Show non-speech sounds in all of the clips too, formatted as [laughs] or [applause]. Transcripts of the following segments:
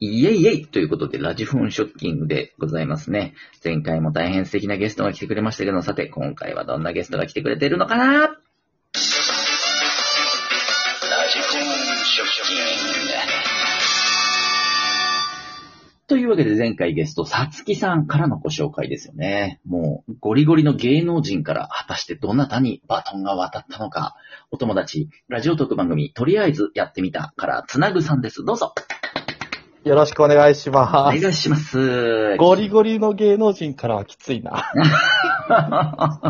イエイエイということで、ラジフォンショッキングでございますね。前回も大変素敵なゲストが来てくれましたけど、さて、今回はどんなゲストが来てくれているのかなというわけで前回ゲスト、さつきさんからのご紹介ですよね。もう、ゴリゴリの芸能人から果たしてどなたにバトンが渡ったのか、お友達、ラジオ特番組、とりあえずやってみたから、つなぐさんです。どうぞ。よろしくお願いしおま願す。いします。ゴリゴリの芸能人からはきついな。 [laughs]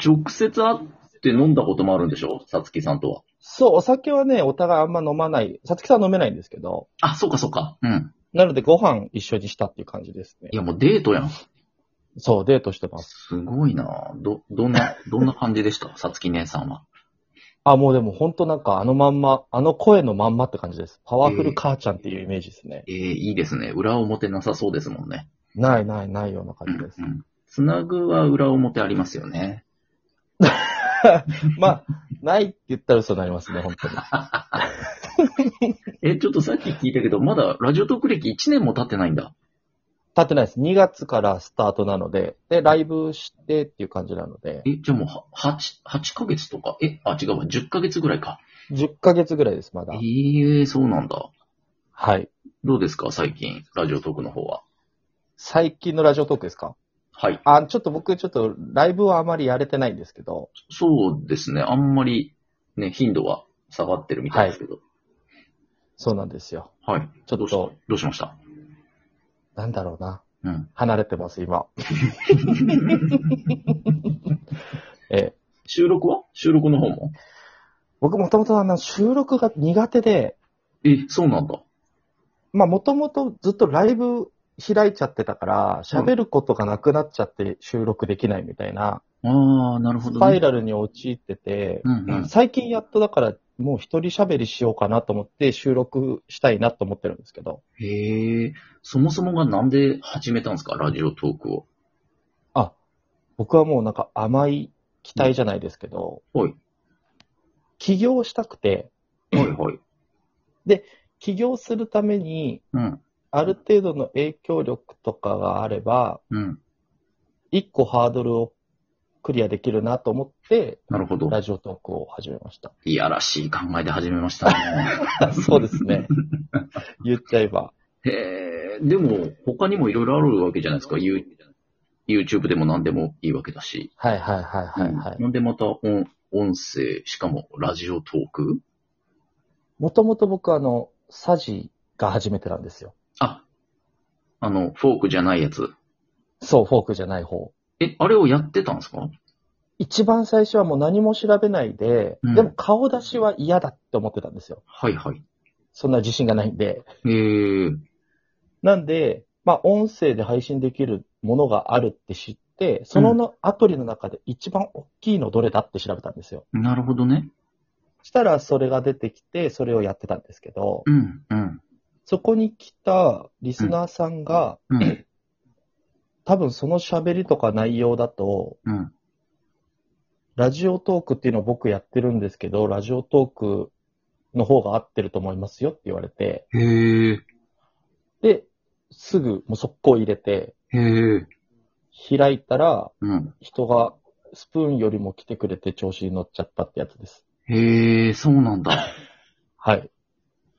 直接会って飲んだこともあるんでしょさつきさんとは。そう、お酒はね、お互いあんま飲まない。さつきさんは飲めないんですけど、あ、そうかそうか。うん。なのでご飯一緒にしたっていう感じですねい。や、もうデートやん。そう、デートしてます。すごいなど、どんな、どんな感じでした [laughs] さつき姉さんは。あ、もうでもほんとなんかあのまんま、あの声のまんまって感じです。パワフル母ちゃんっていうイメージですね。えー、いいですね。裏表なさそうですもんね。ないないないようなう感じんで、すう。ん。つなぐは裏表ありますよね。まあ、ないって言ったら嘘になりますね、本当に。え、ちょっとさっき聞いたけど、まだラジオトーク歴1年も経ってないんだ。立ってないです。2月からスタートなので、で、ライブしてっていう感じなので、え、じゃあもうは8、8ヶ月とか、え、あ、違うわ、10ヶ月ぐらいか。 10ヶ月ぐらいです、まえだ。ー、そうなんだ。はい。どうですか最近、ラジオトークの方は。最近のラジオトークですかはい。あ、ちょっと僕、ちょっとライブはあまりやれてないんですけど、そうですね。あんまり、ね、頻度は下がってるみたいですけど。そうなんですよ。はい。ちょっどうとし、どうしましたなんだろうな。うん。離れてます、今。 [laughs] ええ収録は収録の方も僕、もともとあの、収録が苦手で、え、そうなんだ。まあ、もともとずっとライブ開いちゃってたから、喋ることがなくなっちゃって収録できないみたいな、ああ、なるほスど、パイね。ラルに陥ってて、うんうん最近やっとだから、もう一人喋りしようかなと思って収録したいなと思ってるんですけど。へえ、そもそもがなんで始めたんですかラジオトークを。あ、僕はもうなんか甘い期待じゃないですけど、はい。起業したくて、はいはい。起業するために、うん。ある程度の影響力とかがあれば、うん。一個ハードルをクリアできるなと思って、なるほど。ラジオトークを始めま [laughs] した。いやらしい考えで始めました [laughs] ね。そうですね。言っちゃえば。へえ、でも、他にもいろいろあるわけじゃないですか。You- YouTube でも何でもいいわけだし。はいはいはいはい、はういん。なんでまた音音声、しかもラジオトークもともと僕あの、サジが初めてなんですよ。あ、あの、フォークじゃないやつ。そう、フォークじゃない方。え、あれをやってたんですか一番最初はもう何も調べないで、うんでも顔出しは嫌だって思ってたんですよ。はいはい。そんな自信がないんで。えー、なんで、まあ、音声で配信できるものがあるって知って、そののアプリの中で一番大きいのどれだって調べたんですよ。なるほどね。したら、それが出てきて、それをやってたんですけど、うん、うん、そこに来たリスナーさんが、うん、多分その喋りとか内容だと、うん。ラジオトークっていうのを僕やってるんですけど、ラジオトークの方が合ってると思いますよって言われて、へえ、で、すぐもう速攻入れて、へえ、開いたら、うん。人がスプーンよりも来てくれて調子に乗っちゃったってやつです。へえ、そうなんだ。はい。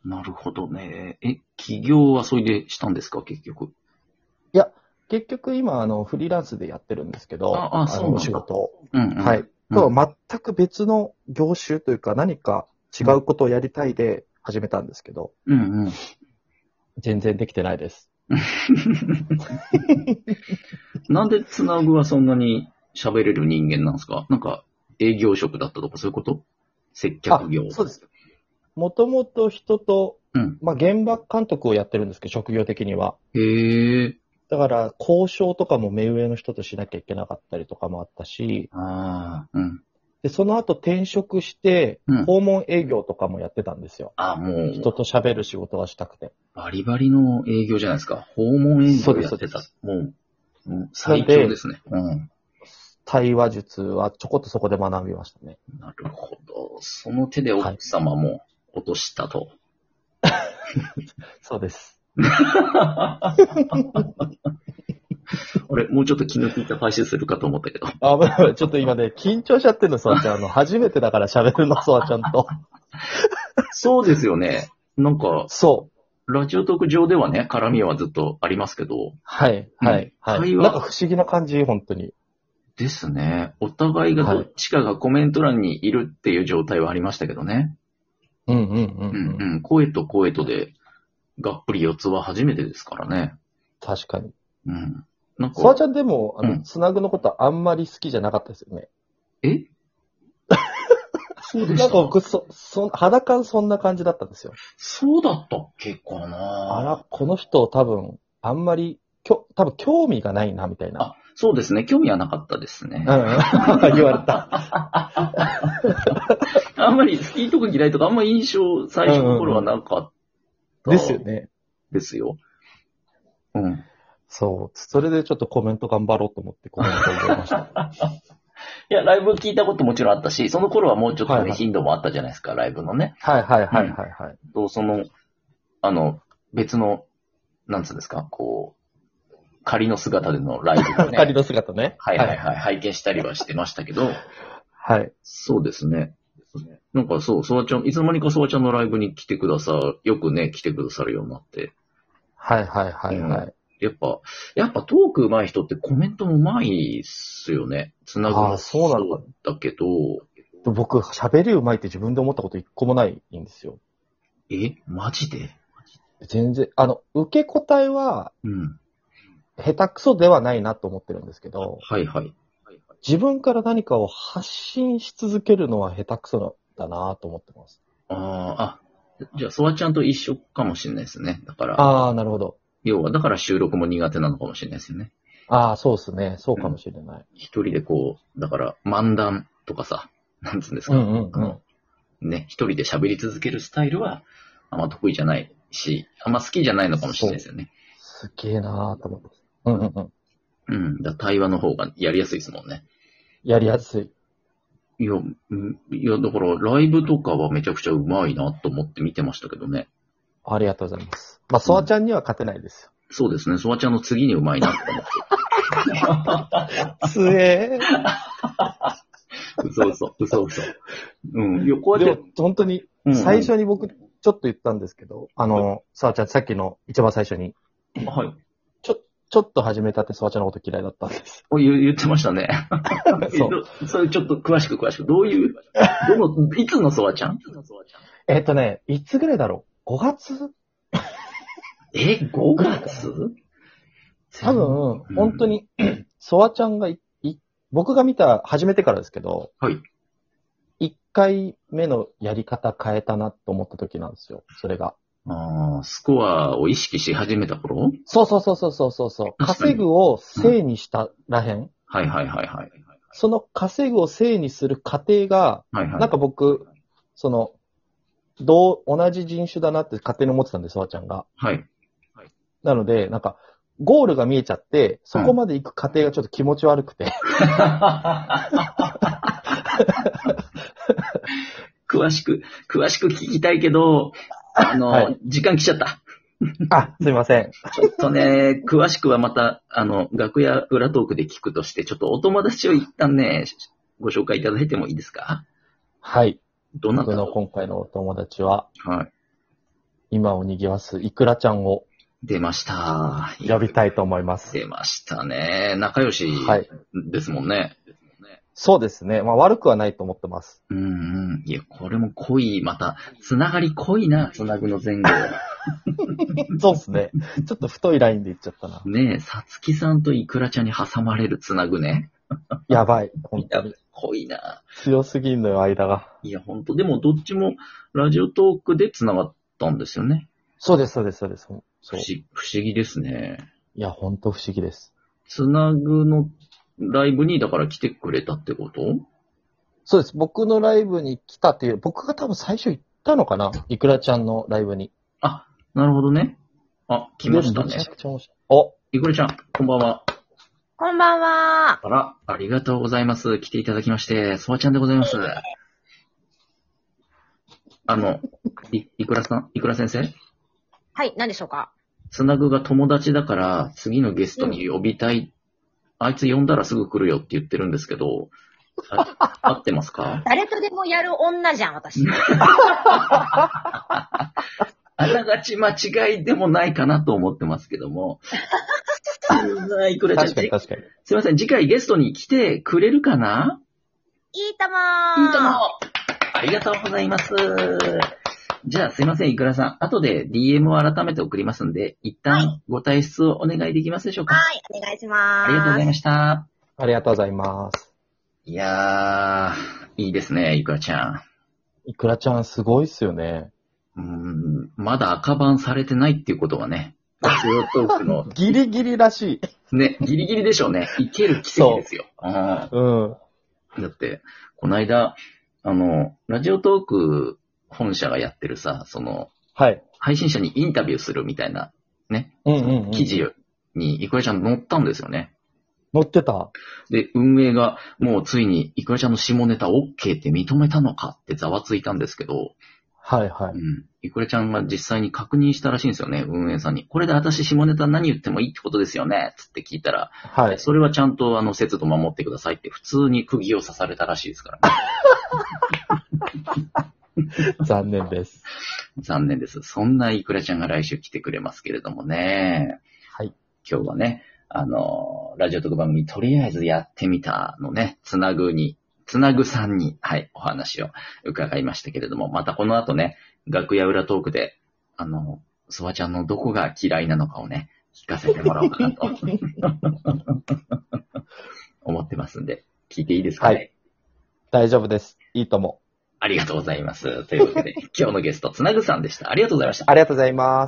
なるほどね。え、起業はそれでしたんですか結局。結局今、あの、フリーランスでやってるんですけど、ああそうなんのだ仕事を。うん、うん。はい。うんとは全く別の業種というか何か違うことをやりたいで始めたんですけど、うん、うん。全然できてないです。なんでつなぐはそんなに喋れる人間なんですかなんか、営業職だったとかそういうこと接客業。あそうです。もともと人と、うんまあ、現場監督をやってるんですけど、職業的には。へえ。だから、交渉とかも目上の人としなきゃいけなかったりとかもあったし、ああ、うん。で、その後転職してうん、訪問営業とかもやってたんですよ。ああ、もう、人と喋る仕事がしたくて。バリバリの営業じゃないですか。訪問営そう業でやすってた。もう、うん最強ですね。うん。対話術はちょこっとそこで学びましたね。なるほど。その手で奥様も落としたと。そうです。俺、もうちょっと気の利いた回収するかと思 [laughs] ったけど。あ、まあちょっと今ね、緊張しちゃってるの、ソワちゃん。あの、初めてだから喋るの、ソワちゃんと。そうですよね。なんか、そう。ラジオトーク上ではね、絡みはずっとありますけど。はい、はい、うんはい。会話なんか不思議な感じ、本当に。ですね。お互いがどっちかがコメント欄にいるっていう状態はありましたけどね。うんうんうん、ううんん、うん。うん。声と声とで、がっぷり四つは初めてですからね。確かに。うん。なんソワか、ちゃんでも、あうの、んつなぐのことあんまり好きじゃなかったですよね。えそうでしなたんか僕、そ、そん、肌感そんな感じだったんですよ。そうだったっけかなあら、この人多分、あんまり、きょ、多分興味がないな、みたいな。あ、そうですね。興味はなかったですね。うん、 [laughs] 言われた。あんまり好きとか嫌いとか、あんまり印象、最初の頃はなかった。ですよ。ね。ですよ。うん。そう。それでちょっとコメント頑張ろうと思ってコメントを入れました。いや、ライブ聞いたこともちろんあったし、その頃はもうちょっとね、はいはい頻度もあったじゃないですか、ライブのね。 [laughs] はいはいはいはいはい。と、その、あの、別の、なんつうんですか、こう、仮の姿でのライブ二を、ね。人の姿ね。はいはいはい、拝見したりはしてましたけど、はい。そうですね。なんかそう、ソワちゃん、いつの間にかソワちゃんのライブに来てくださ、よくね、来てくださるようになって。はいはいはいはい。やっぱ、やっぱトーク上手い人ってコメントも上手いっすよね。つなぐあーのそうなのそうだけど、で僕、喋りうまいって自分で思ったこと一個もないんですよ。えマジで全然、あの、受け答えは、うん。下手くそではないなと思ってるんですけど、はいはい。自分から何かを発信し続けるのは下手くそだなと思ってます。あーあ、じゃあ、ソワちゃんと一緒かもしれないですね。だから、ああ、なるほど。要は、だから収録も苦手なのかもしれないですよね。ああ、そうですね。そうかもしれない。一人でこう、だから、漫談とかさ、なんつうんですか、うんうんあうん。の、ね、一人で喋り続けるスタイルは、あんま得意じゃないし、あんま好きじゃないのかもしれないですよね。すげえなーと思ってます。うんうんうん。うん。だから対話の方がやりやすいですもんね。やりやすい。いや、うんいや、だから、ライブとかはめちゃくちゃうまいなと思って見てましたけどね。ありがとうございます。まあ、ソワちゃんには勝てないですそうですね、ソワちゃんの次にうまいなっ [laughs] て思って。よ。つえー。嘘嘘、嘘嘘。うん。いや、こうや [laughs] でっもて、、本当に、うんうん最初に僕、ちょっと言ったんですけど、あの、ソワちゃん、さっきの一番最初に、はい。ちょっと始めたってソワちゃんのこと嫌いだった [laughs] んです。お言言ってましたね。そ。そうう。それちょっと詳しく詳しく。どう [laughs] いう、どの、いつのソワちゃんえっ、とね、いつぐらいだろう ?5 月え、5月多分、本当。に、ソワちゃんがい、い僕が見た、初めてからですけど、はい。 1回目のやり方変えたなと思った時なんですよ、それが。ああ、スコアを意識し始めた頃そうそうそうそうそうそうそう。確かに稼ぐを正にしたらへん。はいはいはいはい。その稼ぐを正にする過程が、はいはい。なんか僕、その、どう、同じ人種だなって勝手に思ってたんです、わちゃんが。 [laughs] はい。なので、なんか、ゴールが見えちゃって、そこまで行く過程がちょっと気持ち悪くて。詳しく、詳しく聞きたいけど、あの、は時間来ちゃった。あ、すいません。ちょっとね、詳しくはまた、あの、楽屋裏トークで聞くとして、ちょっとお友達を一旦ね、ご紹介いただいてもいいですかはい。どなた僕のの今回のお友達は、はい。今を賑わすイクラちゃんを出ました。呼びたいと思います。出ましたね。仲良しはい。ですもんね。そうですね。まあ悪くはないと思ってます。うんうん。いや、これも濃い、また、つながり濃いな、つなぐの前後。そうですね。ちょっと太いラインで言っちゃったな。ねえ、さつきさんとイクラちゃんに挟まれるつなぐね。やばい。本いや当に。、濃いな。強すぎんのよ、間が。いや、ほんと。でも、どっちも、ラジオトークでつながったんですよね。そうです、そうです、そうです。不そう思不思議ですね。いや、ほんと不思議です。つなぐのライブに、だから来てくれたってことそうです。僕のライブに来たっていう、僕が多分最初行ったのかなイクラちゃんのライブに。なるほどね。あ、来ましたでめねちゃ。くちゃ面白い。お、イクラちゃん、こんばんは。こんばんは。あら、ありがとうございます。来ていただきまして、ソワちゃんでございます。あの、い、いくらさんいくら先生はい、何でしょうかつなぐが友達だから、次のゲストに呼びたい。あいつ呼んだらすぐ来るよって言ってるんですけど、さ合ってますか誰とでもやる女じゃん、私。あながち間違いでもないかなと思ってますけど [laughs] も。いくらちゃん確かに確かに。すいません、次回ゲストに来てくれるかないいともー。いいともありがとうございます。じゃあ、すいません、いくらさん。後で DM を改めて送りますんで、一は旦ご退出をお願いできますでしょうか、はい、お願いしまあす。りがとうございました。ありがとうございます。いやー、いいですね、いくらちゃん。いくらちゃんすごいっすよね。うーん、まだ赤版されてないっていうことはね、ラジオトークの、ギリギリらしい。ね、ギリギリでしょうね。いける奇跡ですよ。うんうん。だって、この間、あの、ラジオトーク本社がやってるさ、その、はい。配信者にインタビューするみたいなうんうん、うん。記。事に、いくらちゃん載ったんですよね。載ってた。で、運営が、もうついに、いくらちゃんの下ネタ OK って認めたのかってざわついたんですけど、はいはうい。ん。いくらちゃんが実際に確認したらしいんですよね、運営さんに。これで私下ネタ何言ってもいいってことですよね、つって聞いたら、はい。それはちゃんとあの、節度守ってくださいって普通に釘を刺されたらしいですからね。残念です。残念です。そんないくらちゃんが来週来てくれますけれどもね。はい。今日はね、あの、ラジオ特番組とりあえずやってみたのね、つなぐに、つなぐさんに、はい、お話を伺いましたけれども、またこの後ね、楽屋裏トークで、あの、そばちゃんのどこが嫌いなのかをね、聞かせてもらおうかな [laughs] と思ってますんで、聞いていいですかね。はい大丈夫です。いいとも。ありがとうございます。というわけで、今日のゲスト、つなぐさんでした。ありがとうございました。ありがとうございます。